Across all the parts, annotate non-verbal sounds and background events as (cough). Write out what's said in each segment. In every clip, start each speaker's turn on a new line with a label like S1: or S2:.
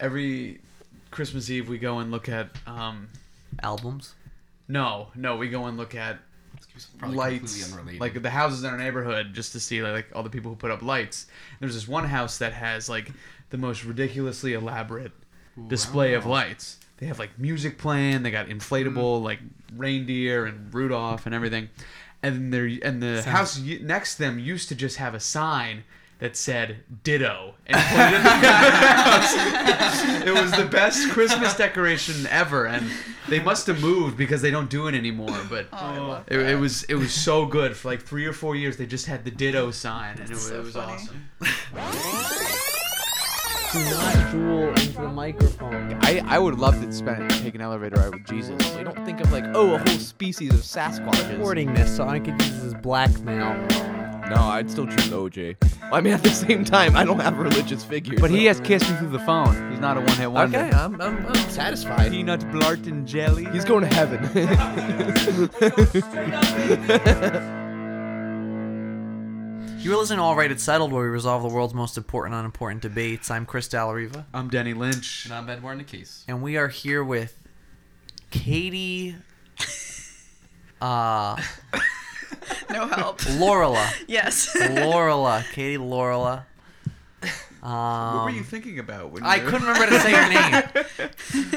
S1: every Christmas Eve we go and look at um
S2: Albums.
S1: no, no, we go and look at
S3: Probably
S1: lights,
S3: completely unrelated.
S1: like the houses in our neighborhood, just to see like all the people who put up lights. There's this one house that has like the most ridiculously elaborate display of lights. They have like music playing. They got
S3: Mm.
S1: inflatable like reindeer and Rudolph and everything. And their and the house y- next to them used to just have a sign that said "Ditto" and pointed at
S3: (laughs)
S1: the house. It was the best Christmas decoration ever, and they must have moved because they don't do it anymore. But
S4: Oh, I love
S1: it, it was it was so good for like three or four years. They just had the ditto sign, and it was,
S4: so
S1: it was
S4: funny.
S1: awesome.
S2: Do not drool into the microphone.
S5: I, I would love to spend take an elevator ride with Jesus. You don't think of like, oh, a whole species of Sasquatches.
S2: Recording this, so I could use this as blackmail.
S6: No, I'd still choose OJ. I mean, at the same time, I don't have religious figures.
S5: But he
S6: so-
S5: has kissed me through the phone. He's not a one-hit wonder.
S6: Okay, I'm, I'm, I'm satisfied.
S5: Peanut blart and jelly.
S6: He's going to heaven.
S2: You were listening to All Right It's Settled, where we resolve the world's most important and unimportant debates. I'm Chris Dallariva,
S1: I'm Denny Lynch.
S3: And I'm Edward Case.
S2: and we are here with Katie uh,
S4: No help.
S2: Lorela.
S4: yes.
S2: Lorela. Katie Lorela. Um,
S1: what were you thinking about? When
S2: I
S1: you were-
S2: couldn't remember how to say your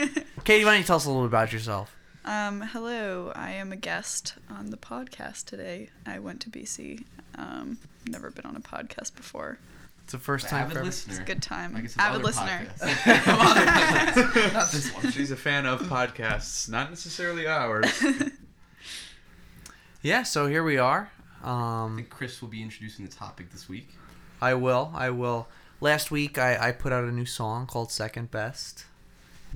S2: name. Katie, why don't you tell us a little bit about yourself?
S4: (laughs) Um, hello, I am a guest on the podcast today. I went to BC. Um, never been on a podcast before.
S2: It's the first time for
S3: Avid
S2: every-
S3: listener.
S4: It's a good time.
S3: Like I said,
S4: Avid
S3: other
S4: listener.
S3: podcasts. From other podcasts. Not this one.
S1: (laughs) She's a fan of podcasts, not necessarily ours.
S2: Yeah, so here we are.
S3: I
S2: Um,
S3: think Chris will be introducing the topic this week.
S2: I will. I will. Last week, I, I put out a new song called Second Best.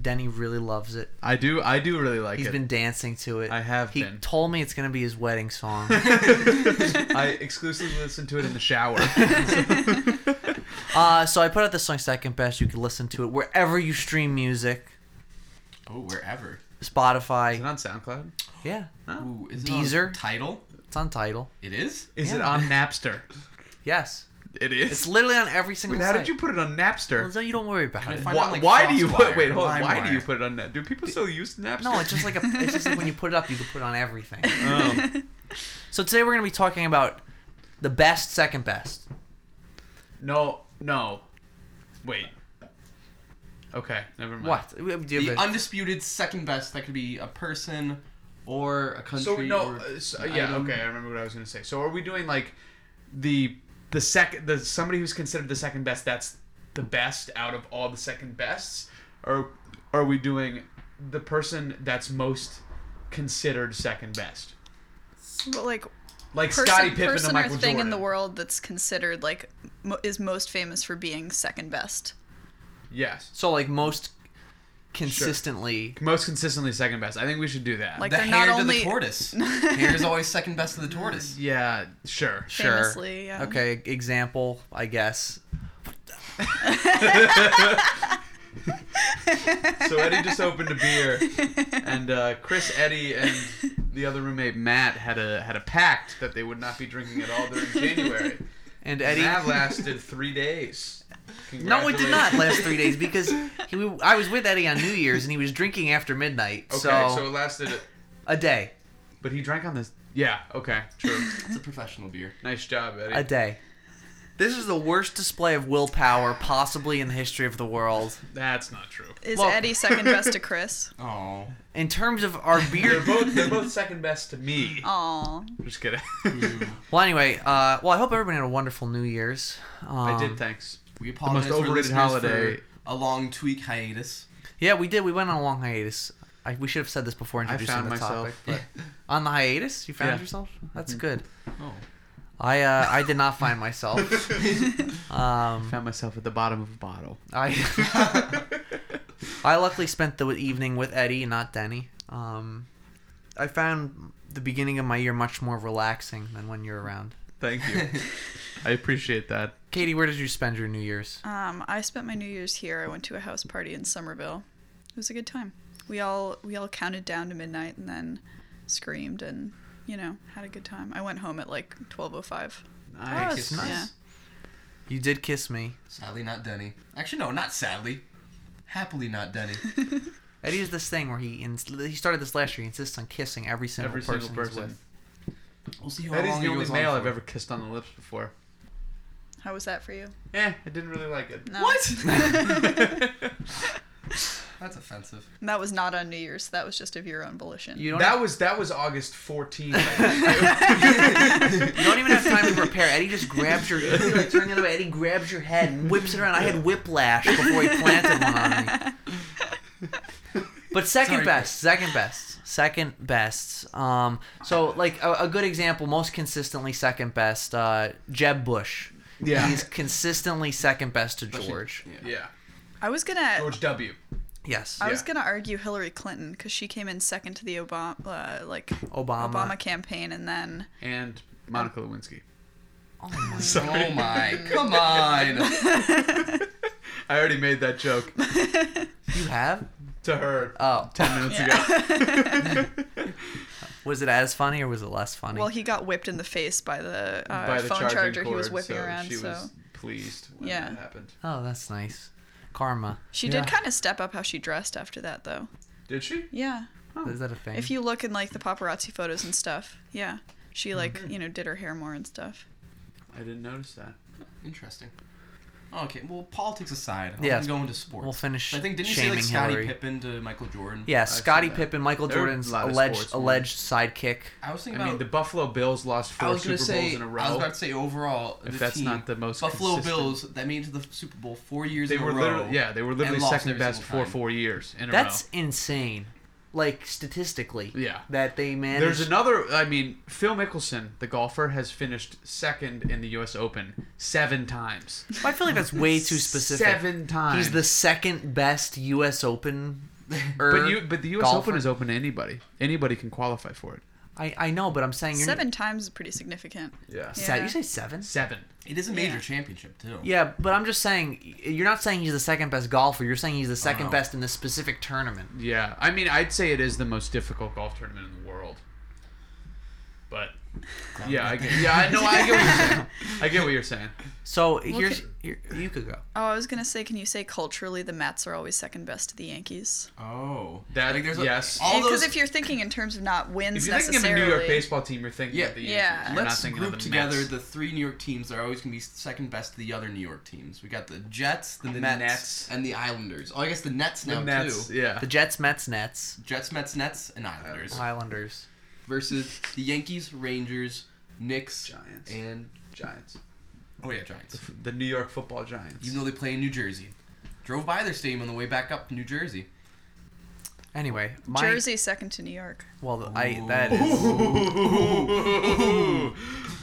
S2: Denny really loves it.
S1: I do, I do really like
S2: He's
S1: it.
S2: been dancing to it.
S1: I have
S2: He (laughs)
S1: been.
S2: told me it's gonna be his wedding song. (laughs)
S1: I exclusively listen to it in the
S2: (laughs)
S1: shower.
S2: uh, so I put out this song second best. You can listen to it wherever you stream music,
S3: Oh, wherever.
S1: Is it
S2: Spotify.
S1: on SoundCloud?
S2: Yeah,
S3: Ooh, is
S2: Deezer?
S3: It on title?
S2: it's on Title.
S3: It is?
S1: Is it
S2: Yeah.
S1: on Napster?
S2: Yes,
S1: It is.
S2: it's literally on every single.
S1: Wait, how
S2: site.
S1: did you put it on
S2: Well,
S1: Napster?
S2: no, you don't worry about
S3: Can I
S2: it.
S3: find-
S1: Why,
S3: not like
S1: why do you put?
S3: Foxwire
S1: Wait, hold
S3: or
S1: on. Why do you
S3: LimeWire?
S1: put it on Napster? Do people still use Napster?
S2: No, it's just like a. It's just like when you put it up, you can put it on everything.
S1: Oh.
S2: So today we're gonna be talking about the best, second best.
S1: No, no. Wait. Okay, never mind.
S2: What? Do you
S3: The
S2: have a-
S3: undisputed second best that could be a person or a country.
S1: So no,
S3: or
S1: uh, so,
S3: an
S1: yeah,
S3: item.
S1: okay, I remember what I was gonna say. So are we doing like the the second the somebody who's considered the second best? That's the best out of all the second bests, or are we doing the person that's most considered second best?
S4: But like
S1: Like
S4: person,
S1: Scottie Pippen
S4: person
S1: and Michael
S4: or thing
S1: Jordan.
S4: in the world that's considered like mo- is most famous for being second best.
S1: Yes,
S2: So like most consistently.
S1: most consistently second best. I think we should do that.
S4: Like
S3: The
S4: they're
S3: hare
S4: not
S3: to
S4: only (laughs)
S3: the tortoise. hare is always second best to the tortoise.
S1: yeah, sure.
S2: Sure.
S4: famously. Yeah.
S2: Okay, example, I guess.
S1: So Eddie just opened a beer, and uh, Chris, Eddie, and the other roommate Matt had a had a pact that they would not be drinking at all during January.
S2: And
S1: Eddie
S2: Eddie.
S1: that lasted three days.
S2: No, it did not
S1: Congratulations.
S2: last three days
S1: (laughs)
S2: because he, we, I was with Eddie on New Year's and he was drinking after midnight.
S1: Okay,
S2: so,
S1: so it lasted.
S2: a day,
S1: But he drank on this. Yeah. Okay. True.
S3: It's a professional beer.
S1: Nice job, Eddie.
S2: a day. This is the worst display of willpower possibly in the history of the world.
S1: That's not true.
S4: Is
S2: Well-
S4: Eddie second best
S2: (laughs)
S4: to Chris?
S3: Oh,
S2: In terms of
S1: (laughs)
S2: our
S1: They're
S2: beer,
S1: both they're both second best to me.
S4: Aw.
S1: Just kidding.
S2: well, anyway, uh, well, I hope everyone had a wonderful New Year's.
S1: (laughs)
S2: Um,
S1: I did. Thanks.
S3: we apologize for
S1: overrated
S3: listeners
S1: holiday.
S3: for a long tweak hiatus.
S2: Yeah, we did. We went on a long hiatus. I, we should have said this before
S1: I
S2: introducing
S1: found
S2: the
S1: myself.
S2: topic. But on the hiatus, you found
S1: Yeah. Mm-hmm.
S2: yourself. That's good.
S3: Oh,
S2: I uh, I did not find
S1: (laughs)
S2: myself. Um,
S1: Found myself at the bottom of a bottle.
S2: I (laughs) I luckily spent the evening with Eddie, not Denny. Um, I found the beginning of my year much more relaxing than when you're around.
S1: Thank
S2: (laughs)
S1: you. I appreciate that.
S2: Katie, where did you spend your New Year's?
S4: Um, I spent my New Year's here. I went to a house party in Somerville. It was a good time. We all we all counted down to midnight and then screamed and you know had a good time. I went home at like twelve oh five.
S1: Nice.
S2: that's nice. You did kiss me.
S3: Sadly, not Denny. Actually, no, not sadly. Happily not Denny.
S4: (laughs)
S2: Eddie does this thing where he ins- he started this last year. He insists on kissing every single
S1: Every
S2: person.
S1: single
S2: He's
S1: person.
S2: with.
S3: We'll see how
S1: That is
S3: long
S1: the
S3: he
S1: only
S3: goes on
S1: male I've
S3: for.
S1: ever kissed on the lips before.
S4: How was that for you?
S1: Eh, I didn't really like
S3: (laughs)
S1: it.
S4: No.
S3: That's
S1: (laughs)
S3: offensive.
S4: And (laughs) that was not on New Year's. That was just of your own volition.
S2: You don't.
S1: That was that was August 14th.
S3: (laughs)
S2: You don't even have time to prepare. Eddie just grabs your. You like turn the other way. Eddie grabs your head and whips it around. I had whiplash before he planted one on me. But second
S3: Sorry.
S2: best, second best, second best. Um, so like a, a good example, most consistently second best. Uh, Jeb Bush.
S1: Yeah.
S2: He's consistently second best to George.
S1: yeah.
S4: I was gonna.
S1: George W.
S2: Yes.
S4: I was
S1: Oh, Yeah.
S4: gonna argue Hillary Clinton because she came in second to the Obama, uh, like
S2: Obama.
S4: Obama campaign, and then
S1: And Monica Lewinsky.
S2: Oh my
S3: Oh my!
S4: (laughs)
S3: Come on.
S1: I already made that joke
S2: You have?
S1: to her
S3: Uh,
S2: Oh.
S1: 10 minutes ago.
S2: Was it as funny or was it less funny?
S4: well, he got whipped in the face by the, uh,
S1: By the
S4: phone
S1: charging
S4: charger he was
S1: cord,
S4: whipping
S1: so
S4: around.
S1: She
S4: so
S1: was pleased when
S4: Yeah.
S1: that happened.
S2: oh, that's nice. Karma.
S4: she did kind of step up how she dressed after that, though.
S1: Did she?
S4: Yeah,
S2: of. Is that a thing?
S4: Oh. if you look in like the paparazzi photos and stuff, yeah, she
S1: Mm-hmm.
S4: like you know did her hair more and stuff.
S1: I didn't notice that.
S3: Interesting. Okay. Well, politics aside, I'm
S2: Yes.
S3: going to sports.
S2: We'll finish
S3: I think didn't you say
S2: shaming
S3: like Scottie
S2: Hillary.
S3: Pippen to Michael Jordan?
S2: yeah,
S1: saw
S2: Scottie
S1: that.
S2: Pippen, Michael
S1: There are a
S2: Jordan's
S1: lot of
S2: alleged
S1: sports
S2: alleged sidekick.
S3: I was thinking
S1: I mean,
S3: about.
S1: the Buffalo Bills lost
S3: I
S1: four
S3: was
S1: Super
S3: gonna
S1: Bowls
S3: say.
S1: in a
S3: I was
S1: row.
S3: about to say overall.
S1: If
S3: the
S1: that's
S3: team,
S1: not the most
S3: Buffalo
S1: consistent-
S3: Bills that made it to the Super Bowl four years
S1: They
S3: in
S1: were
S3: a row.
S1: literally, yeah, they were literally
S3: and lost
S1: second
S3: every
S1: best
S3: single
S1: for
S3: time.
S1: four years in a
S2: That's insane. Like statistically.
S1: Yeah.
S2: That they
S1: row.
S2: managed.
S1: There's another. I mean, Phil Mickelson, the golfer, has finished second in the U.S. Open seven times.
S2: I feel like that's
S1: (laughs)
S2: way too specific.
S1: Seven times.
S2: He's the second best U.S. Open.
S1: (laughs) But you, but the U.S. Open
S2: golfer.
S1: is open to anybody. Anybody can qualify for it.
S2: I, I know, but I'm saying you're
S4: Seven times is pretty significant.
S1: Yeah.
S2: Se-
S4: Yeah.
S2: you say seven?
S1: Seven.
S3: It is a major
S4: Yeah.
S3: championship too.
S2: Yeah, but I'm just saying y- you're not saying he's the second best golfer. You're saying he's the second
S1: Oh.
S3: no.
S2: best in this specific tournament.
S1: Yeah. I mean, I'd say it is the most difficult golf tournament in the world. But yeah, I get, yeah, I know, I get what you're saying. I get what you're
S2: (laughs)
S1: saying.
S2: So here's here, you could go.
S4: Oh, I was gonna say, can you say culturally the Mets are always second best to the Yankees?
S3: Oh.
S1: That-
S3: like there's a-
S1: yes.
S3: all
S4: Because
S3: those.
S4: if you're thinking in terms of not
S1: If
S4: wins
S1: you're thinking of a
S4: necessarily,
S1: New York baseball team, you're thinking
S3: Yeah.
S1: of the Yankees.
S4: Yeah.
S1: You're not
S3: Let's
S1: thinking of
S3: group
S1: the
S3: together
S1: Mets.
S3: the three New York teams that are always going to be second best to the other New York teams. We got the Jets, the,
S1: The
S3: Mets,
S1: Nets.
S3: and the Islanders. Oh, I guess the Nets now
S1: the Nets.
S3: too.
S1: Yeah.
S2: The Jets, Mets, Nets,
S3: Jets, Mets, Nets, and
S1: Oh,
S3: Islanders
S2: Highlanders.
S3: versus the Yankees, Rangers, Knicks,
S1: Giants.
S3: and
S1: Giants.
S3: oh yeah, Giants.
S1: The New York Football Giants.
S3: Even though they play in New Jersey, drove by their stadium on the way back up to New Jersey.
S2: Anyway, my
S4: Jersey second to New York.
S2: well, I that is.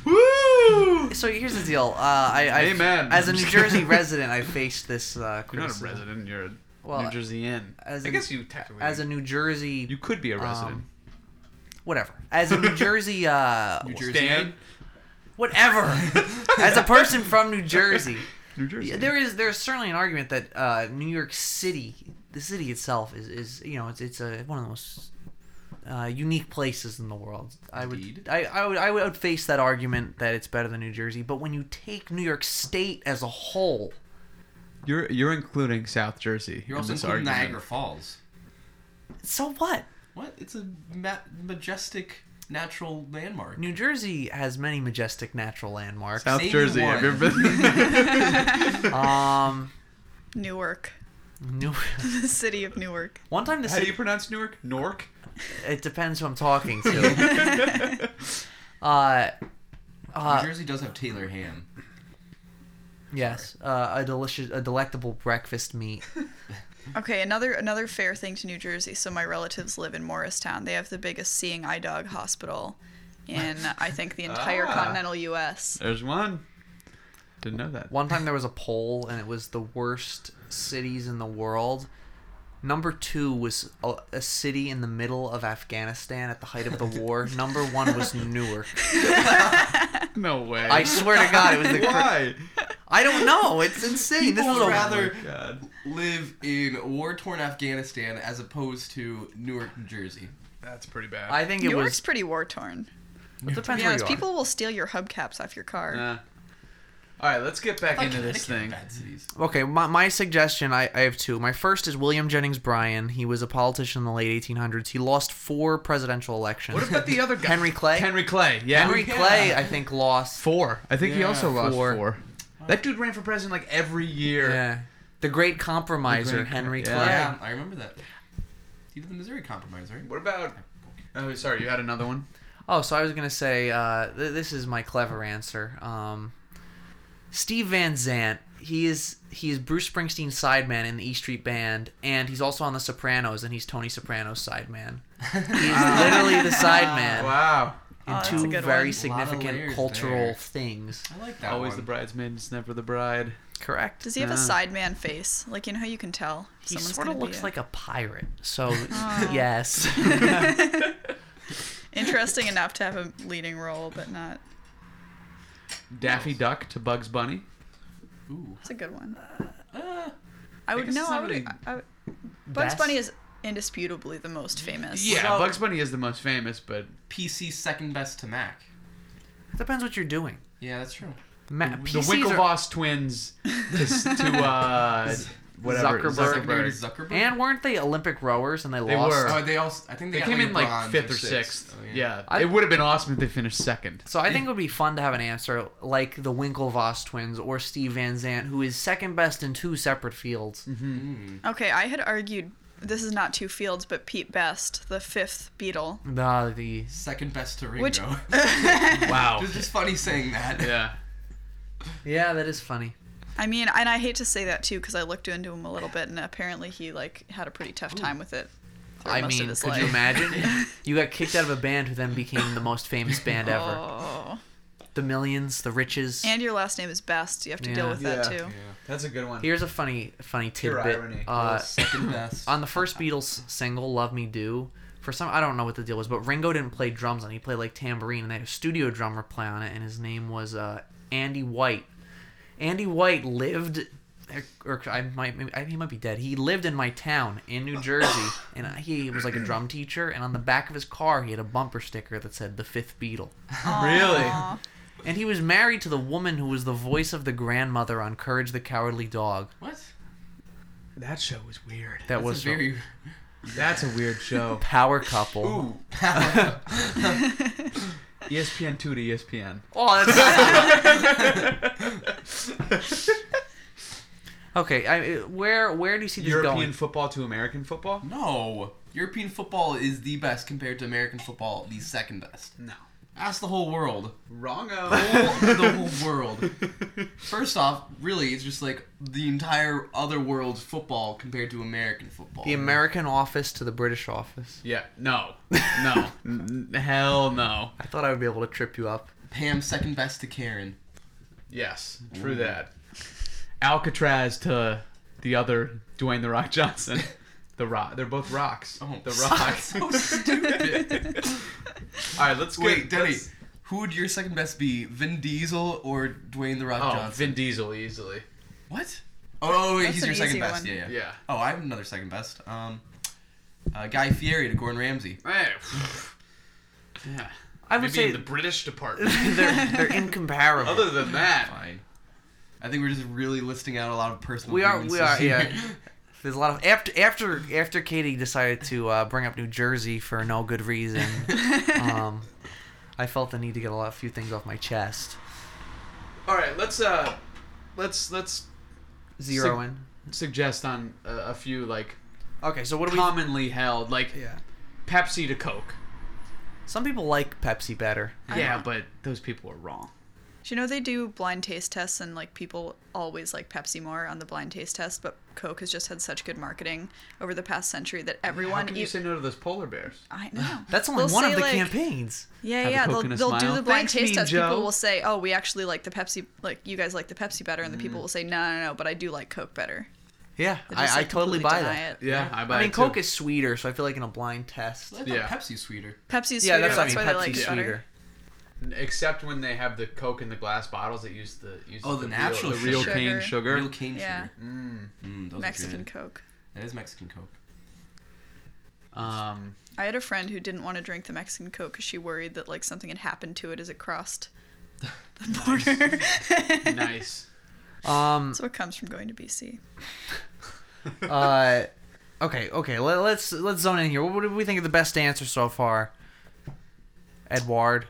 S1: Ooh.
S2: So here's the deal. Uh, I, I
S1: Amen.
S2: as a New
S1: (laughs)
S2: Jersey resident, I faced this uh,
S1: You're not a
S2: criticism.
S1: resident. You're a
S2: Well,
S1: New Jerseyan.
S2: as
S1: I
S2: an-
S1: guess you technically.
S2: As a New Jersey,
S1: you could be a resident.
S2: um, whatever. As a New Jersey, uh,
S1: (laughs)
S3: New Jersey.
S1: Dan.
S2: whatever.
S1: (laughs)
S2: as a person from New Jersey.
S1: New Jersey.
S2: Yeah, there is there's certainly an argument that uh, New York City, the city itself, is, is you know it's it's a, one of the most uh, unique places in the world. I
S3: Indeed.
S2: would I, I would I would face that argument that it's better than New Jersey, but when you take New York State as a whole,
S1: You're you're including South Jersey.
S3: You're
S1: in
S3: also
S1: this
S3: including
S1: argument.
S3: Niagara Falls.
S2: so what?
S3: What? It's a ma- majestic natural landmark.
S2: New Jersey has many majestic natural landmarks.
S1: South
S3: Say you
S1: Jersey.
S3: won.
S1: Have you ever been? (laughs)
S2: Um,
S4: Newark, (laughs)
S2: New-
S4: the city of Newark.
S2: one time the
S1: How do you
S2: city.
S1: pronounce Newark? Nork.
S2: It depends who I'm talking to. (laughs) uh,
S3: New
S2: uh,
S3: Jersey does have Taylor Ham.
S2: yes, uh, a delicious, a delectable breakfast meat.
S4: Okay, another another fair thing to New Jersey. So my relatives live in Morristown. They have the biggest seeing eye dog hospital in I think the entire
S1: Ah.
S4: continental U.S.
S1: There's one. Didn't know that.
S2: One time there was a poll, and it was the worst cities in the world. Number two was a, a city in the middle of Afghanistan at the height of the war. Number one was Newark.
S1: No (laughs) way.
S2: I swear to God, it was the. Cr-
S1: Why?
S2: I don't know. It's insane. This
S3: People
S2: was
S3: would
S2: a
S3: rather
S1: God.
S3: live in war-torn Afghanistan as opposed to Newark, New Jersey.
S1: That's pretty bad.
S2: I think it
S4: Newark's
S2: was.
S4: pretty war torn.
S2: It depends
S4: To be
S2: where
S4: honest,
S2: you are. Uh,
S4: people will steal your hubcaps off your car.
S1: Nah. All right, let's get back
S3: Fuck
S1: into this
S3: Connecticut,
S1: thing.
S3: Bad cities.
S2: Okay, my, my suggestion, I, I have two. My first is William Jennings Bryan. He was a politician in the late 1800s. He lost four presidential elections.
S1: What about the other guy?
S2: Henry Clay?
S1: Henry Clay. Yeah.
S2: Henry Clay, I think, lost.
S1: Four. I think he
S3: Yeah,
S1: also lost
S2: four.
S1: four. That dude ran for president like every year.
S2: Yeah. The Great Compromiser,
S1: The Great-
S2: Henry
S1: yeah.
S2: Clay.
S3: Yeah, I remember that. He did the Missouri Compromise, right?
S1: What about? Oh, sorry, you had another one.
S2: Oh, so I was gonna say uh, th- this is my clever answer. Um, Steve Van Zant. He is he is Bruce Springsteen's sideman in the E Street Band, and he's also on The Sopranos, and he's Tony Soprano's sideman.
S1: (laughs)
S2: He's literally the sideman
S1: Wow.
S2: in
S4: Oh, that's a
S2: two
S4: good
S2: very
S4: one.
S2: significant
S3: layers
S2: cultural
S3: there.
S2: things.
S3: I like that
S1: Always
S3: one.
S1: the bridesmaid, it's never the bride.
S2: Correct.
S4: Does he have a
S1: Yeah.
S4: sideman face? Like you know how you can tell.
S2: uh.
S4: if
S2: He
S4: someone's
S2: sort of
S4: gonna be
S2: looks
S4: a-
S2: like a pirate. So (laughs)
S4: Oh.
S2: yes.
S4: interesting enough to have a leading role, but not.
S1: Daffy Duck to Bugs Bunny.
S3: Ooh.
S4: It's a good one.
S3: Uh,
S4: I would
S3: guess
S4: no.
S3: it's
S4: I
S3: not
S4: would.
S3: really-
S4: I, I, would- Bugs
S2: (laughs) Best-
S4: Bunny is indisputably the most famous.
S1: Yeah,
S3: about-
S1: Bugs Bunny is the most famous, but
S3: PC second best to Mac.
S2: Depends what you're doing.
S3: Yeah, that's true.
S2: Ma-
S1: the
S2: PCs are-
S1: Winklevoss twins to, s- to (laughs) uh, whatever
S2: Zuckerberg.
S3: Secondary to Zuckerberg.
S2: and weren't they Olympic rowers and they,
S1: They
S2: lost?
S1: were.
S3: oh, they also. I think they,
S1: They
S3: got,
S1: came
S3: like,
S1: in
S3: a
S1: like
S3: bronze
S1: fifth or
S3: sixth.
S1: sixth.
S3: Oh,
S1: yeah,
S2: I-
S1: it would have been awesome if they finished (laughs) second.
S2: So I think it would be fun to have an answer like the Winklevoss twins or Steve Van Zandt, who is second best in two separate fields.
S4: Okay, I had argued this is not two fields, but Pete Best, the fifth Beatle.
S2: The, the
S3: Second best to Ringo. (laughs)
S4: Which-
S1: Wow.
S3: it's just funny saying that.
S1: yeah.
S2: yeah, that is funny.
S4: I mean, and I hate to say that too, because I looked into him a little bit, and apparently he like had a pretty tough time with it. through
S2: I
S4: most
S2: mean,
S4: of his
S2: could
S4: life.
S2: you
S4: (laughs)
S2: imagine? you got kicked out of a band who then became the most famous
S4: (laughs)
S2: band ever.
S4: Oh.
S2: The millions, the riches.
S4: And your last name is Best. You have to deal
S2: Yeah.
S4: with that
S1: Yeah.
S4: too.
S1: That's a good one.
S2: Here's a funny, funny
S1: Pure
S2: tidbit.
S1: irony.
S2: Uh,
S3: Second best.
S2: on the first Beatles single, "Love Me Do," for some I don't know what the deal was, but Ringo didn't play drums on. it. He played like tambourine, and they had a studio drummer play on it, and his name was uh, Andy White. Andy White lived, or, or I might maybe, I, he might be dead. He lived in my town in New
S3: (laughs)
S2: Jersey, and he was like a drum teacher. And on the back of his car, he had a bumper sticker that said "The Fifth Beatle."
S1: really?
S4: Aw.
S2: And he was married to the woman who was the voice of the grandmother on Courage the Cowardly Dog.
S3: what?
S1: That show was weird.
S2: That
S3: That's
S2: was
S3: a very.
S1: That's a weird show.
S2: power couple.
S3: Ooh. (laughs)
S1: ESPN two to ESPN.
S2: Oh,
S4: (laughs)
S2: that's. okay, I, uh, where where do you see this
S1: European
S2: going?
S1: football to American football?
S3: no. European football is the best compared to American football, the second best.
S1: No.
S3: Ask the whole world.
S1: Wrongo. (laughs)
S3: Whole- the whole world. First off, really, it's just like the entire other world's football compared to American football.
S2: The American office to the British office.
S1: (laughs) yeah. No. No. N- n- hell no.
S2: I thought I would be able to trip you up.
S3: Pam second best to Karen.
S1: Yes. True that. Alcatraz to the other Dwayne the Rock Johnson. The Rock. They're both rocks.
S3: Oh, (laughs)
S1: the
S3: so-
S1: Rock.
S3: so stupid.
S1: All right. Let's get.
S3: Wait, Denny,
S1: let's-
S3: who would your second best be, Vin Diesel or Dwayne the Rock
S1: Oh,
S3: Johnson?
S1: Vin Diesel easily.
S3: What? Oh, oh, wait,
S4: That's
S3: he's
S4: an
S3: your second
S4: easy
S3: best.
S4: one.
S3: Yeah, yeah,
S1: Yeah.
S3: Oh, I have another second best. Um, uh, Guy Fieri to Gordon Ramsay.
S1: Hey. yeah.
S2: I would
S1: Maybe
S2: say
S1: in the British department.
S2: (laughs) they're they're incomparable.
S1: Other than that,
S3: Fine. I think we're just really listing out a lot of personal.
S2: we are we
S3: grievances
S2: are
S3: here. (laughs)
S2: yeah. There's a lot of after after after Katie decided to uh, bring up New Jersey for no
S1: (laughs)
S2: good reason. um, I felt the need to get a lot few things off my chest.
S1: all right. Let's uh, let's let's
S2: Zero
S1: Sig-
S2: in.
S1: suggest on a, a few like
S2: Okay, so what do we?
S1: commonly held (laughs) like
S2: yeah.
S1: Pepsi to Coke.
S2: Some people like Pepsi better.
S4: I
S1: Yeah,
S4: don't-
S1: but those people are wrong.
S4: Do you know they do blind taste tests and like people always like Pepsi more on the blind taste test, but Coke has just had such good marketing over the past century that
S1: How
S4: everyone
S1: can
S4: e-
S1: you say no to those polar bears?
S4: I know.
S2: (sighs) That's only
S4: They'll
S2: one
S4: say,
S2: of the
S4: like-
S2: campaigns.
S4: Yeah,
S1: Have a
S4: yeah.
S1: Coke
S4: They'll,
S1: and a
S4: they'll do
S1: smile.
S4: the blind
S1: Thanks,
S4: taste
S1: Mean
S4: test.
S1: Joe.
S4: People will say, "Oh, we actually like the Pepsi. Like you guys like the Pepsi better," and the people will say, "No, no, no, but I do like Coke better."
S2: Yeah,
S4: They'll
S2: Mm. I,
S4: just,
S2: I
S4: like,
S2: totally
S4: completely
S2: buy
S4: deny
S2: that.
S4: it.
S1: Yeah, I buy.
S2: I mean,
S1: it
S2: Coke
S1: too.
S2: is sweeter, so I feel like in a blind test.
S3: I thought
S1: Yeah.
S3: Pepsi's sweeter.
S4: Pepsi's
S2: Yeah,
S4: sweeter.
S2: that's,
S4: That's,
S2: why I mean,
S4: why they like
S2: Pepsi's
S4: it better.
S2: sweeter.
S1: except when they have the Coke in the glass bottles that use the use
S3: Oh, the natural
S1: real, the real
S4: sugar.
S1: cane sugar.
S3: Real cane
S4: Yeah.
S3: sugar. Mm, those are
S4: Mexican
S3: good.
S4: Coke.
S3: That is Mexican Coke.
S1: Um,
S2: (laughs)
S4: I had a friend who didn't want to drink the Mexican Coke because she worried that like something had happened to it as it crossed the border. (laughs)
S1: nice.
S2: Um.
S4: That's what comes from going to BC.
S2: Uh. Okay. Okay. Let, let's let's zone in here. What, what do we think of the best answer so far? Edward.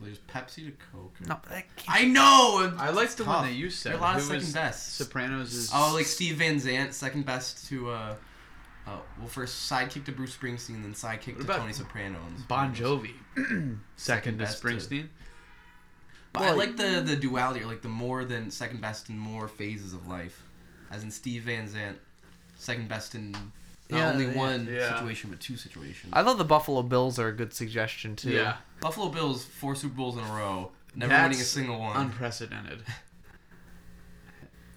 S3: There's Pepsi to Coke. or-
S2: No, that can't.
S3: I know.
S1: I liked the
S3: Tough.
S1: one that you said.
S3: There are a lot of
S1: Who
S3: second
S1: was-
S3: best.
S1: Sopranos is.
S3: Oh, like Steve Van Zant, second best to uh, uh well, first sidekick to Bruce Springsteen, then sidekick to
S1: about
S3: Tony Soprano. and-
S1: Bon Jovi. Second
S3: Second
S1: to
S3: best to-
S1: Springsteen.
S3: But I
S2: Well-
S3: like the the duality, or like the more than second best in more phases of life, as in Steve Van Zant, second best in not
S2: Yeah,
S3: only
S2: yeah.
S3: one
S1: Yeah.
S3: situation but two situations.
S2: I thought the Buffalo Bills are a good suggestion too.
S1: Yeah.
S3: Buffalo Bills four Super Bowls in a row, never winning a
S1: That's
S3: single one.
S1: Unprecedented.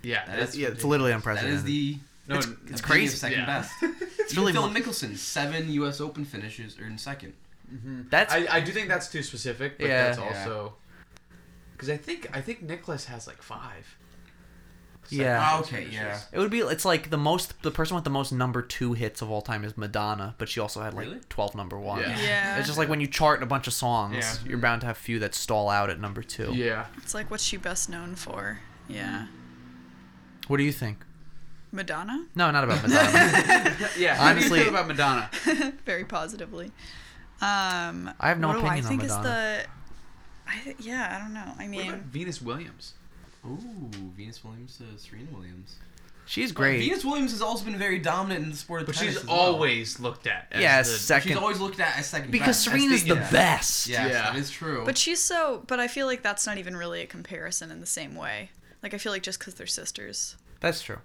S1: Yeah.
S3: That
S1: that's-
S3: is-
S2: Yeah, it's literally
S3: that
S2: unprecedented.
S3: is the
S1: no,
S3: it's
S2: crazy.
S3: second
S1: Yeah. (laughs)
S3: best. it's
S2: really
S3: Phil
S2: mon-
S3: Mickelson seven U.S. Open finishes earned second.
S2: That's
S1: I, I do think that's too specific, but
S2: Yeah.
S1: that's
S3: Yeah.
S1: also because I think I think Nicholas has like five.
S2: Yeah.
S1: Second
S3: Oh, okay,
S1: place
S3: yeah.
S2: It would be. It's like the most. The person with the most number two hits of all time is Madonna, but she also had like
S3: Really?
S2: twelve number ones.
S1: Yeah.
S4: Yeah.
S2: It's just like when you chart a bunch of songs,
S3: Yeah.
S2: you're bound to have few that stall out at number two.
S1: finishes. Yeah.
S4: It's like what's she best known for? Yeah.
S2: Mm. What do you think?
S4: Madonna?
S2: No, not
S3: (laughs)
S2: about Madonna.
S1: Yeah.
S2: Honestly-
S1: Honestly, about Madonna.
S4: Very positively. Um
S2: I have no
S4: what do
S2: opinion on
S4: I think
S2: Madonna.
S4: is the I, yeah, I don't know.
S1: What
S4: I
S1: about
S4: mean,
S1: Venus Williams.
S3: Ooh, Venus Williams to Serena Williams.
S2: She's great.
S3: Venus Williams has also been very dominant in the sport of
S1: But
S3: tennis.
S1: she's
S3: as well.
S1: always looked at. As
S2: yeah,
S1: the-
S2: second.
S3: She's always looked at as second
S2: because
S3: best. That's
S2: Serena's the
S3: yeah.
S2: best.
S3: Yes,
S1: Yeah.
S3: that is true.
S4: but she's so but I feel like that's not even really a comparison in the same way. Like I feel like just cuz they're sisters.
S2: That's true.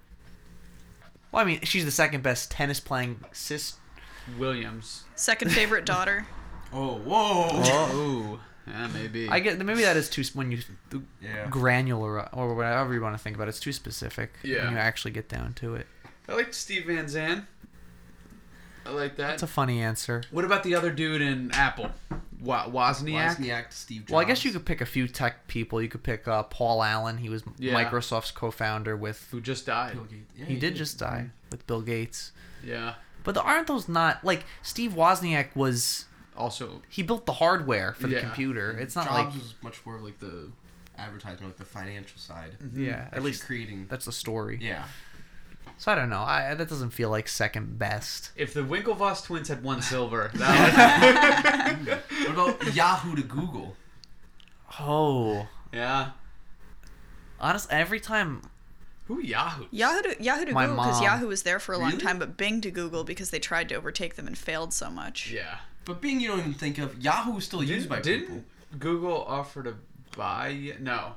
S2: Well, I mean, she's the second best tennis playing sis.
S1: Williams.
S4: Second favorite daughter.
S3: oh, whoa.
S1: (laughs) Oh, yeah, maybe.
S2: I get maybe that is too s- when you
S3: Yeah.
S2: granular uh, or whatever you want to think about. it. It's too specific.
S1: Yeah.
S2: When you actually get down to it,
S1: I liked Steve Van Zandt. I like that.
S2: it's a funny answer.
S1: what about the other dude in Apple? Wa- Wozniak.
S3: Wozniak to Steve Jobs.
S2: Well, I guess you could pick a few tech people. You could pick uh, Paul Allen. He was
S1: Yeah.
S2: Microsoft's co-founder with.
S1: Who just died?
S3: Bill Gates. Yeah,
S2: He did just die with Bill Gates.
S1: Yeah.
S2: But the, aren't those not like Steve Wozniak was?
S1: Also,
S2: He built the hardware for the
S1: Yeah.
S2: computer. It's not
S3: Jobs
S2: like
S3: was much more of like the advertisement, like the financial side.
S1: Mm-hmm.
S2: yeah. At
S3: Actually
S2: least
S3: creating.
S2: that's the story.
S3: Yeah.
S2: So I don't know. I that doesn't feel like second best.
S1: if the Winklevoss twins had won silver, that would
S3: What about Yahoo to Google?
S2: Oh,
S1: yeah.
S2: honest. Every time
S1: Who Yahoo?
S4: Yahoo to, Yahoo to
S2: My
S4: Google because
S2: mom.
S4: Yahoo was there for a long
S3: Really?
S4: time, but Bing to Google because they tried to overtake them and failed so much.
S1: Yeah.
S3: But Bing, you don't even think of. Yahoo is still used by
S1: Didn't
S3: people.
S1: Google offer to buy? No,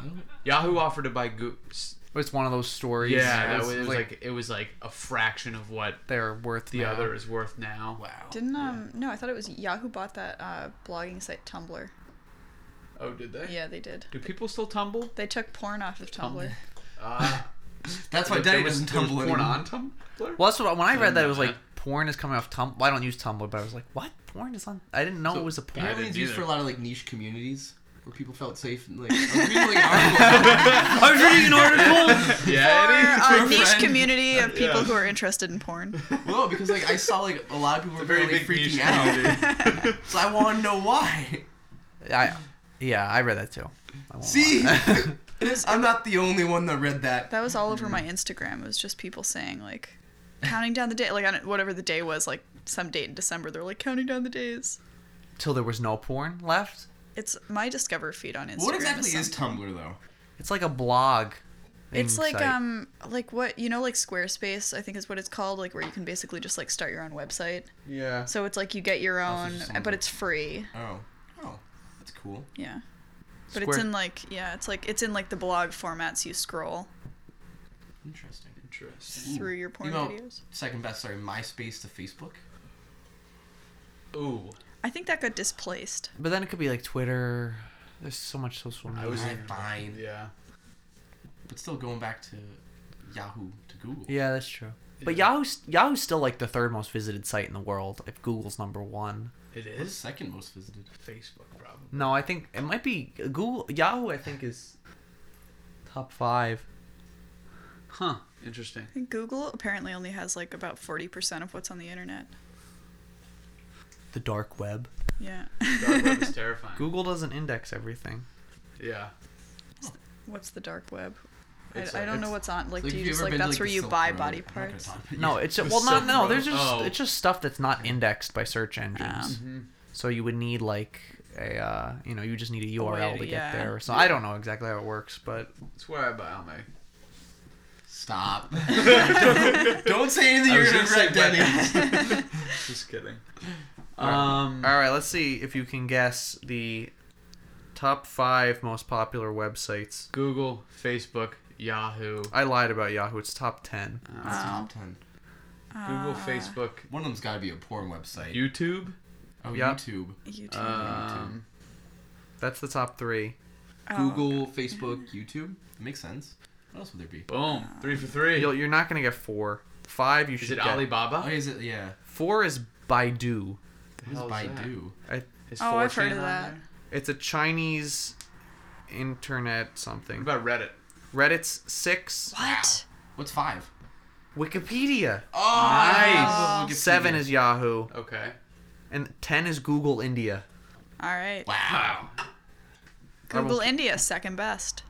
S3: I don't-
S1: Yahoo offered to buy Google.
S2: it's one of those stories.
S1: Yeah, that
S2: it's
S1: was, it was like, it was like a fraction of what
S2: they're worth
S1: the
S2: now.
S1: other is worth now.
S3: Wow.
S4: Didn't um no, I thought it was Yahoo bought that uh, blogging site Tumblr.
S1: Oh, did they?
S4: Yeah, they did.
S1: Do people still tumble?
S4: They took porn off of (laughs) Tumblr.
S1: (laughs) Uh,
S3: That's why
S1: there
S3: Daddy
S1: was-
S3: doesn't
S1: there was
S3: tumble
S1: porn
S3: anymore.
S1: on Tumblr.
S2: Well, that's what, when I read that, it was like
S1: Yeah.
S2: porn is coming off Tumblr. Well, I don't use Tumblr, but I was like, what? Porn is on? I didn't know it was a porn.
S1: I
S3: Apparently,
S1: didn't
S3: it's used
S1: either.
S3: for a lot of like niche communities where people felt
S1: (laughs)
S3: safe. And, like, (laughs) I was reading, like, an article-
S2: I was reading an article.
S1: Yeah, it is.
S4: Or
S3: for
S4: a
S3: a
S4: uh, niche
S3: friend.
S4: community of people
S1: Yeah.
S4: who are interested in porn.
S3: Well, because like I saw like a lot of people were
S1: Very
S3: really
S1: big
S3: freaking
S1: niche
S3: out,
S1: community.
S3: (laughs) so I want to
S1: (laughs)
S3: know why.
S2: I, yeah, I read that too. I won't
S3: See,
S2: lie.
S3: (laughs) I'm not the only one that read that.
S4: That was all over my Instagram. It was just people saying like counting down the day like on whatever the day was, like some date in December, they're like counting down the days.
S2: till there was no porn left.
S4: It's my discover feed on Instagram.
S3: What exactly is
S4: something.
S3: Tumblr though?
S2: It's like a blog.
S4: It's
S2: thing
S4: like
S2: site.
S4: um like what you know like Squarespace I think is what it's called like where you can basically just like start your own website.
S1: yeah.
S4: So it's like you get your
S3: Also
S4: own
S3: just something-
S4: but it's free.
S3: Oh, oh, that's cool.
S4: Yeah. But it's
S2: Square-
S4: in like yeah, it's like it's in like the blog formats you scroll
S3: Interesting.
S1: Interesting.
S4: through your porn
S3: You know,
S4: videos.
S3: second best. Sorry, MySpace to Facebook.
S1: Ooh,
S4: I think that got displaced.
S2: But then it could be like Twitter. There's so much social media.
S1: I was
S3: I
S1: in-
S3: fine,
S1: yeah.
S3: but still going back to Yahoo to Google.
S2: Yeah, that's true. But Yahoo's Yahoo's still like the third most visited site in the world. If Google's number one,
S1: It
S3: It's
S1: is
S3: second most visited.
S1: Facebook probably.
S2: no, I think it might be Google. Yahoo, I think is top five.
S1: Huh. (laughs) Interesting.
S4: I think Google apparently only has like about 40% of what's on the internet.
S2: The dark web.
S4: Yeah.
S1: Dark web is terrifying.
S2: Google doesn't index everything.
S1: Yeah.
S4: (laughs) What's the dark web? I,
S1: It's
S4: I
S1: a-
S4: don't know
S1: it's-
S4: what's on. Like,
S3: Like,
S4: do
S3: have
S4: you
S3: you
S4: just
S3: ever
S4: like
S3: been to,
S4: that's
S3: like,
S4: where
S3: the
S4: you
S3: Silk
S4: buy
S3: Road?
S4: body
S3: I'm not gonna
S4: parts?
S3: talk about
S2: No,
S3: it.
S2: it's
S1: The
S2: well, not
S1: Silk
S2: no.
S1: Road.
S2: There's just
S1: Oh. Mm-hmm.
S2: it's just stuff that's not indexed by search engines. So you would need like a uh, you know you just need a
S4: way
S2: URL
S4: to-
S2: to get
S4: yeah.
S2: there. or So I don't know exactly how it works, but
S1: That's where I buy all my. (laughs)
S3: Stop. Don't say
S1: I
S3: anything you're
S1: was
S3: gonna
S1: gonna
S3: regret,
S1: say
S3: Denny.
S1: (laughs) Just kidding.
S2: all
S1: Um.
S2: right. Let's see if you can guess the top five most popular websites.
S1: Google, Facebook, Yahoo.
S2: I lied about Yahoo. It's top ten.
S3: That's top ten.
S1: Google, Facebook,
S3: One of them's got to be a porn website.
S1: YouTube.
S3: oh,
S2: Yeah.
S3: YouTube.
S4: YouTube.
S3: Uh,
S1: Um,
S2: That's the top three.
S4: Oh,
S3: Google, Facebook, YouTube. Makes sense. What else would there be?
S1: boom. Three for 3
S2: You'll, you're not gonna get four. Five you
S1: is
S2: should
S1: it
S2: get.
S3: Oh,
S1: Alibaba?
S3: is it? Yeah.
S2: Four is Baidu.
S1: The
S3: What
S1: hell
S3: does
S1: is that?
S3: Baidu?
S2: I,
S1: Is
S4: Oh, I've heard
S1: 4chan
S4: of
S1: on
S4: that.
S1: there?
S2: it's a Chinese internet
S1: What
S2: something.
S1: about Reddit?
S2: Reddit's six.
S4: What?
S3: What's five?
S2: Wikipedia.
S4: Uh,
S3: Oh, nice.
S2: Seven is Yahoo,
S1: Okay.
S2: and ten is Google India.
S4: All right.
S3: Wow.
S4: Google India, second best.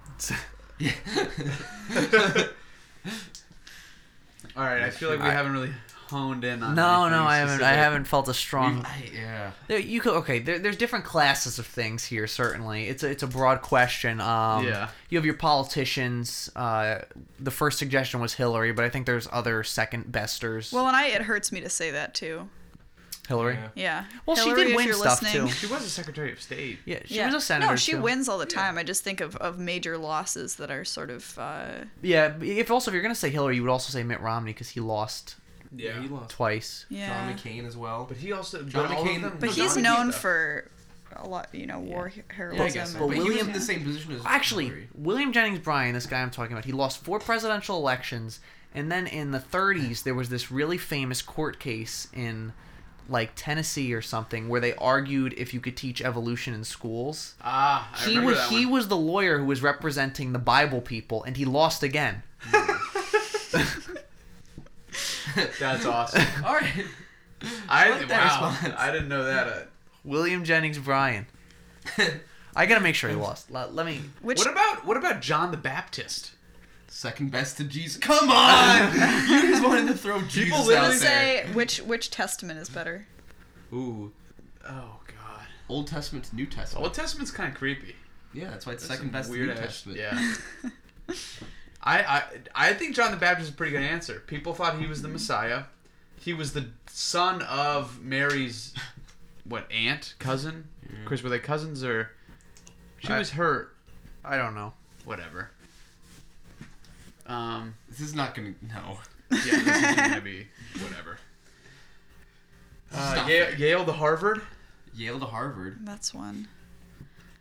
S1: All right. I feel like we
S2: I-
S1: haven't really honed in on.
S2: No,
S1: anything
S2: no, I haven't. I
S1: specific.
S2: haven't felt a strong.
S3: I- yeah.
S2: There, you could okay. There, there's different classes of things here. Certainly, it's a it's a broad question. Um,
S1: Yeah.
S2: You have your politicians. Uh, the first suggestion was Hillary, but I think there's other second besters.
S4: Well, and I it hurts me to say that too.
S2: Hillary.
S3: Yeah.
S4: Yeah.
S2: Well,
S4: Hillary,
S2: she did
S4: if
S2: win
S4: you're
S2: stuff
S4: listening-
S2: too.
S1: She was a Secretary of State.
S2: Yeah, she
S4: yeah.
S2: was a senator.
S4: No, she
S2: too.
S4: wins all the time. I just think of, of major losses that are sort of. Uh,
S2: Yeah. but If also if you're gonna say Hillary, you would also say Mitt Romney because he lost
S3: He lost.
S2: twice.
S4: yeah.
S3: John McCain as well.
S1: But he also.
S3: John
S1: but all of
S3: McCain-
S1: them-
S4: but
S1: John
S4: he's
S1: McCain
S4: known
S1: stuff.
S4: for a lot, you know, war he- heroism.
S3: I guess so.
S2: But
S3: But, he was
S2: William-
S3: in the same position as
S1: (laughs)
S2: Actually,
S3: Hillary.
S2: William Jennings Bryan, this guy I'm talking about, he lost four presidential elections, and then in the 30s there was this really famous court case in like Tennessee or something where they argued if you could teach evolution in schools.
S1: Ah, I
S2: He
S1: remember
S2: was
S1: that
S2: he
S1: one.
S2: was the lawyer who was representing the Bible people, and he lost again.
S1: That's awesome.
S2: (laughs)
S3: All right.
S1: I
S3: like that
S1: wow.
S3: response.
S1: I didn't know that. Uh,
S2: William Jennings (laughs) Bryan. I gotta make sure he lost. Let, let me.
S4: Which
S1: what about what about John the Baptist?
S3: Second best to Jesus.
S1: (laughs)
S3: Come on! you just wanted to throw Jesus out
S1: literally
S4: say
S3: there.
S4: which which testament is better?
S3: Ooh,
S1: Oh God.
S3: Old Testament to New Testament.
S1: Old Testament's kind of creepy.
S3: yeah, that's why it's
S1: That's
S3: second
S1: some
S3: best to New
S1: weird-ass-
S3: Testament.
S1: Yeah. I, I I think John the Baptist is a pretty good answer. People thought he was the Messiah. He was the son of Mary's what aunt cousin? Chris, were they cousins or? She
S2: I-
S1: was her
S2: I don't know.
S1: whatever. Um.
S3: This is not gonna. No.
S1: Yeah. This is gonna be whatever. Uh,
S3: Stop
S1: Yale,
S3: it.
S1: Yale to Harvard.
S3: Yale to Harvard.
S4: That's one.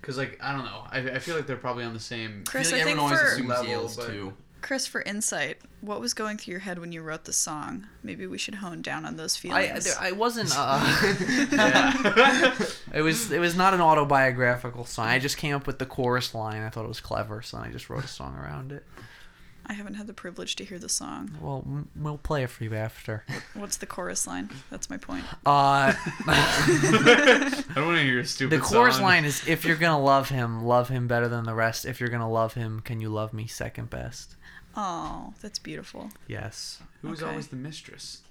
S1: Because, like, I don't know. I, I feel like they're probably on the same. (laughs)
S4: Chris, I,
S3: feel like
S4: think
S3: everyone always
S4: for
S3: assumes
S1: Level,
S3: Yale's
S1: but-
S3: too.
S4: Chris for insight, what was going through your head when you wrote the song? Maybe we should hone down on those
S2: I I-
S4: feelings.
S2: there- I wasn't. Uh,
S1: (laughs) Yeah.
S2: It was it was not an autobiographical song. I just came up with the chorus line. I thought it was clever, so I just wrote a song around it.
S4: I haven't had the privilege to hear the song.
S2: Well, m- we'll play it for you after.
S4: What's the chorus line? That's my
S3: (gasps)
S4: point.
S2: Uh,
S1: I don't want to hear your stupid
S2: the chorus
S1: song.
S2: line is if you're gonna love him, love him better than the rest. If you're gonna love him, can you love me second best?
S4: Oh, that's beautiful.
S2: Yes.
S1: Who was
S4: Okay.
S1: always the mistress?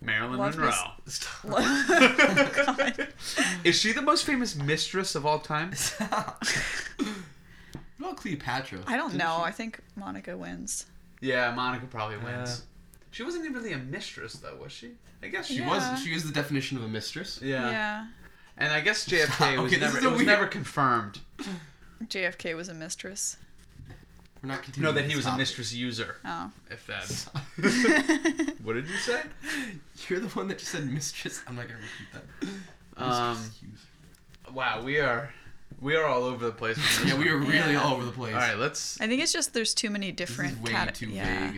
S1: Marilyn
S4: Love
S1: Monroe. (laughs)
S4: God.
S1: Is she the most famous mistress of all time? (laughs)
S3: What about Cleopatra?
S4: I don't know. I think Monica wins.
S1: Yeah, Monica probably wins. she wasn't even really a mistress, though, was she? I guess she
S3: She
S1: was.
S4: Yeah.
S3: was. She is the definition of a mistress.
S1: Yeah.
S4: Yeah.
S1: And I guess JFK was,
S3: Okay, this
S1: never,
S3: is a
S1: it was
S3: weird-
S1: never confirmed.
S4: JFK was a mistress.
S3: We're not
S1: No,
S3: continuing.
S1: that he
S3: this
S1: was a
S3: topic.
S1: mistress user.
S3: (laughs)
S4: Oh.
S1: If that. what did you say?
S3: (laughs) You're the one that just said mistress. I'm not gonna repeat that.
S1: Um,
S3: Mistress.
S1: wow, we are. We are all over the place. on this
S3: yeah, we
S1: one.
S3: are really
S4: Yeah.
S3: all over the place.
S1: All right, let's.
S4: I think it's just there's too many
S3: This is
S4: different.
S3: way
S4: cate-
S3: too
S4: yeah.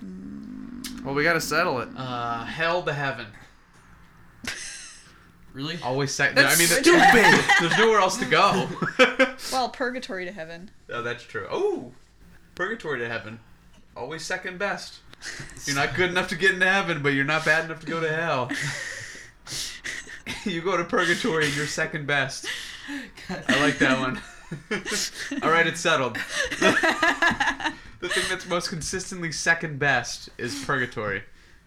S3: vague.
S2: Well, we gotta settle it.
S1: Uh, hell to heaven. (laughs)
S3: Really? (laughs)
S1: Always second.
S2: That's
S1: I mean,
S2: stupid.
S1: there's nowhere else to go. (laughs)
S4: Well, purgatory to
S3: (laughs)
S4: heaven.
S1: Oh, that's true. Oh, purgatory to heaven. Always second best. You're not good enough to get into heaven, but you're not (laughs) bad enough to go to hell. you go to purgatory, you're second best. I like that
S2: (laughs)
S1: one. All right, it's settled. the thing that's most consistently second best is Purgatory.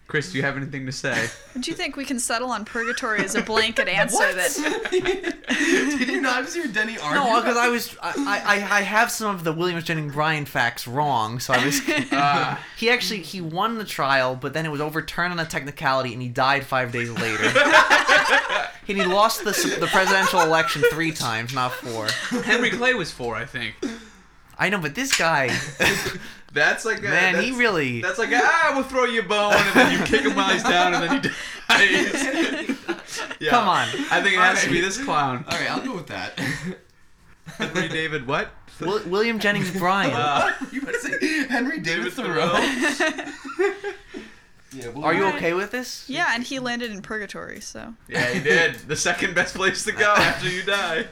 S1: Chris, do you have anything to say?
S2: (laughs)
S4: Do you think we can settle on purgatory as a
S3: (laughs)
S4: blanket answer that
S3: Did you not just hear Denny argue?
S2: No, because I was I, I I have some of the Williams Jennings Bryan facts wrong, so I was
S1: Ah,
S2: he actually he won the trial, but then it was overturned on a technicality, and he died five
S1: (laughs)
S2: days later. and he lost the s- the presidential election three times, not four.
S1: Henry Clay was four, I think.
S2: I know, but this
S1: (laughs)
S2: guy,
S1: That's like a,
S2: man, he
S1: that's-
S2: really
S1: That's like ah, we'll throw you a bone, and then you kick him while he's down, and then he dies. (laughs) Yeah.
S2: come on.
S1: I think it has to be this clown.
S3: All right, I'll go with that.
S1: (laughs) Henry David, what?
S2: Wil- William Jennings Bryan.
S1: (laughs) Uh,
S3: (laughs) you want to say Henry David,
S1: David
S3: Thoreau?
S1: Thoreau.
S3: (laughs) yeah, well,
S2: Are you
S3: I-
S2: okay with this?
S4: yeah and he landed in purgatory so
S1: Yeah, he did. The second best place to go after you die.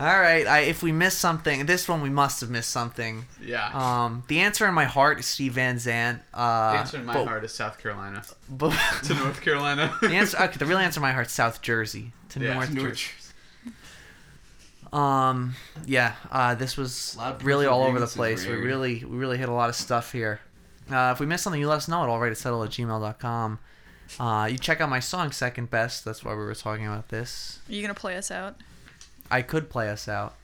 S2: All right. I, if we missed something, this one we must have missed something.
S1: Yeah.
S2: Um, the answer in my heart is Steve Van Zandt. Uh,
S1: The answer in my
S2: but-
S1: heart is South Carolina. (laughs)
S2: but- (laughs)
S1: To North Carolina.
S2: The answer, okay, the real answer in my heart's South Jersey to
S1: Yeah,
S2: North.
S3: North-
S2: Jersey. Um, yeah, uh, this was
S3: Loud
S2: really all over the
S3: grievances were
S2: place. We
S3: aired.
S2: really, we really hit a lot of stuff here. Uh, if we missed something, you let us know at allrightsettle at gmail.com. Uh, you check out my song Second Best. That's why we were talking about this.
S4: are you gonna play us out
S2: I could play us out.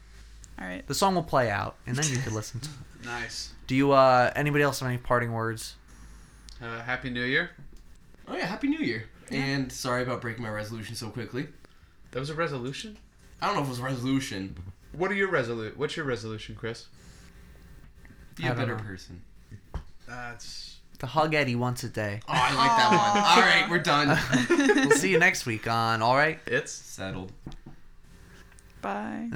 S4: all right
S2: The song will play out, and then you could listen to. it.
S1: Nice.
S2: Do you? Uh, anybody else have any parting words?
S1: Uh, Happy New Year.
S3: Oh yeah, Happy New Year. And sorry about breaking my resolution so quickly.
S1: That was a resolution?
S3: I don't know if it was a resolution.
S1: What are your resolu? What's your resolution, Chris?
S3: Be
S2: I
S3: a
S2: don't
S3: better
S2: know.
S3: person.
S1: That's.
S2: To hug Eddie once a day.
S3: Oh, I like that one. All right,
S2: (laughs)
S3: we're done.
S2: We'll see you next week on All Right.
S1: It's.
S3: Settled.
S4: bye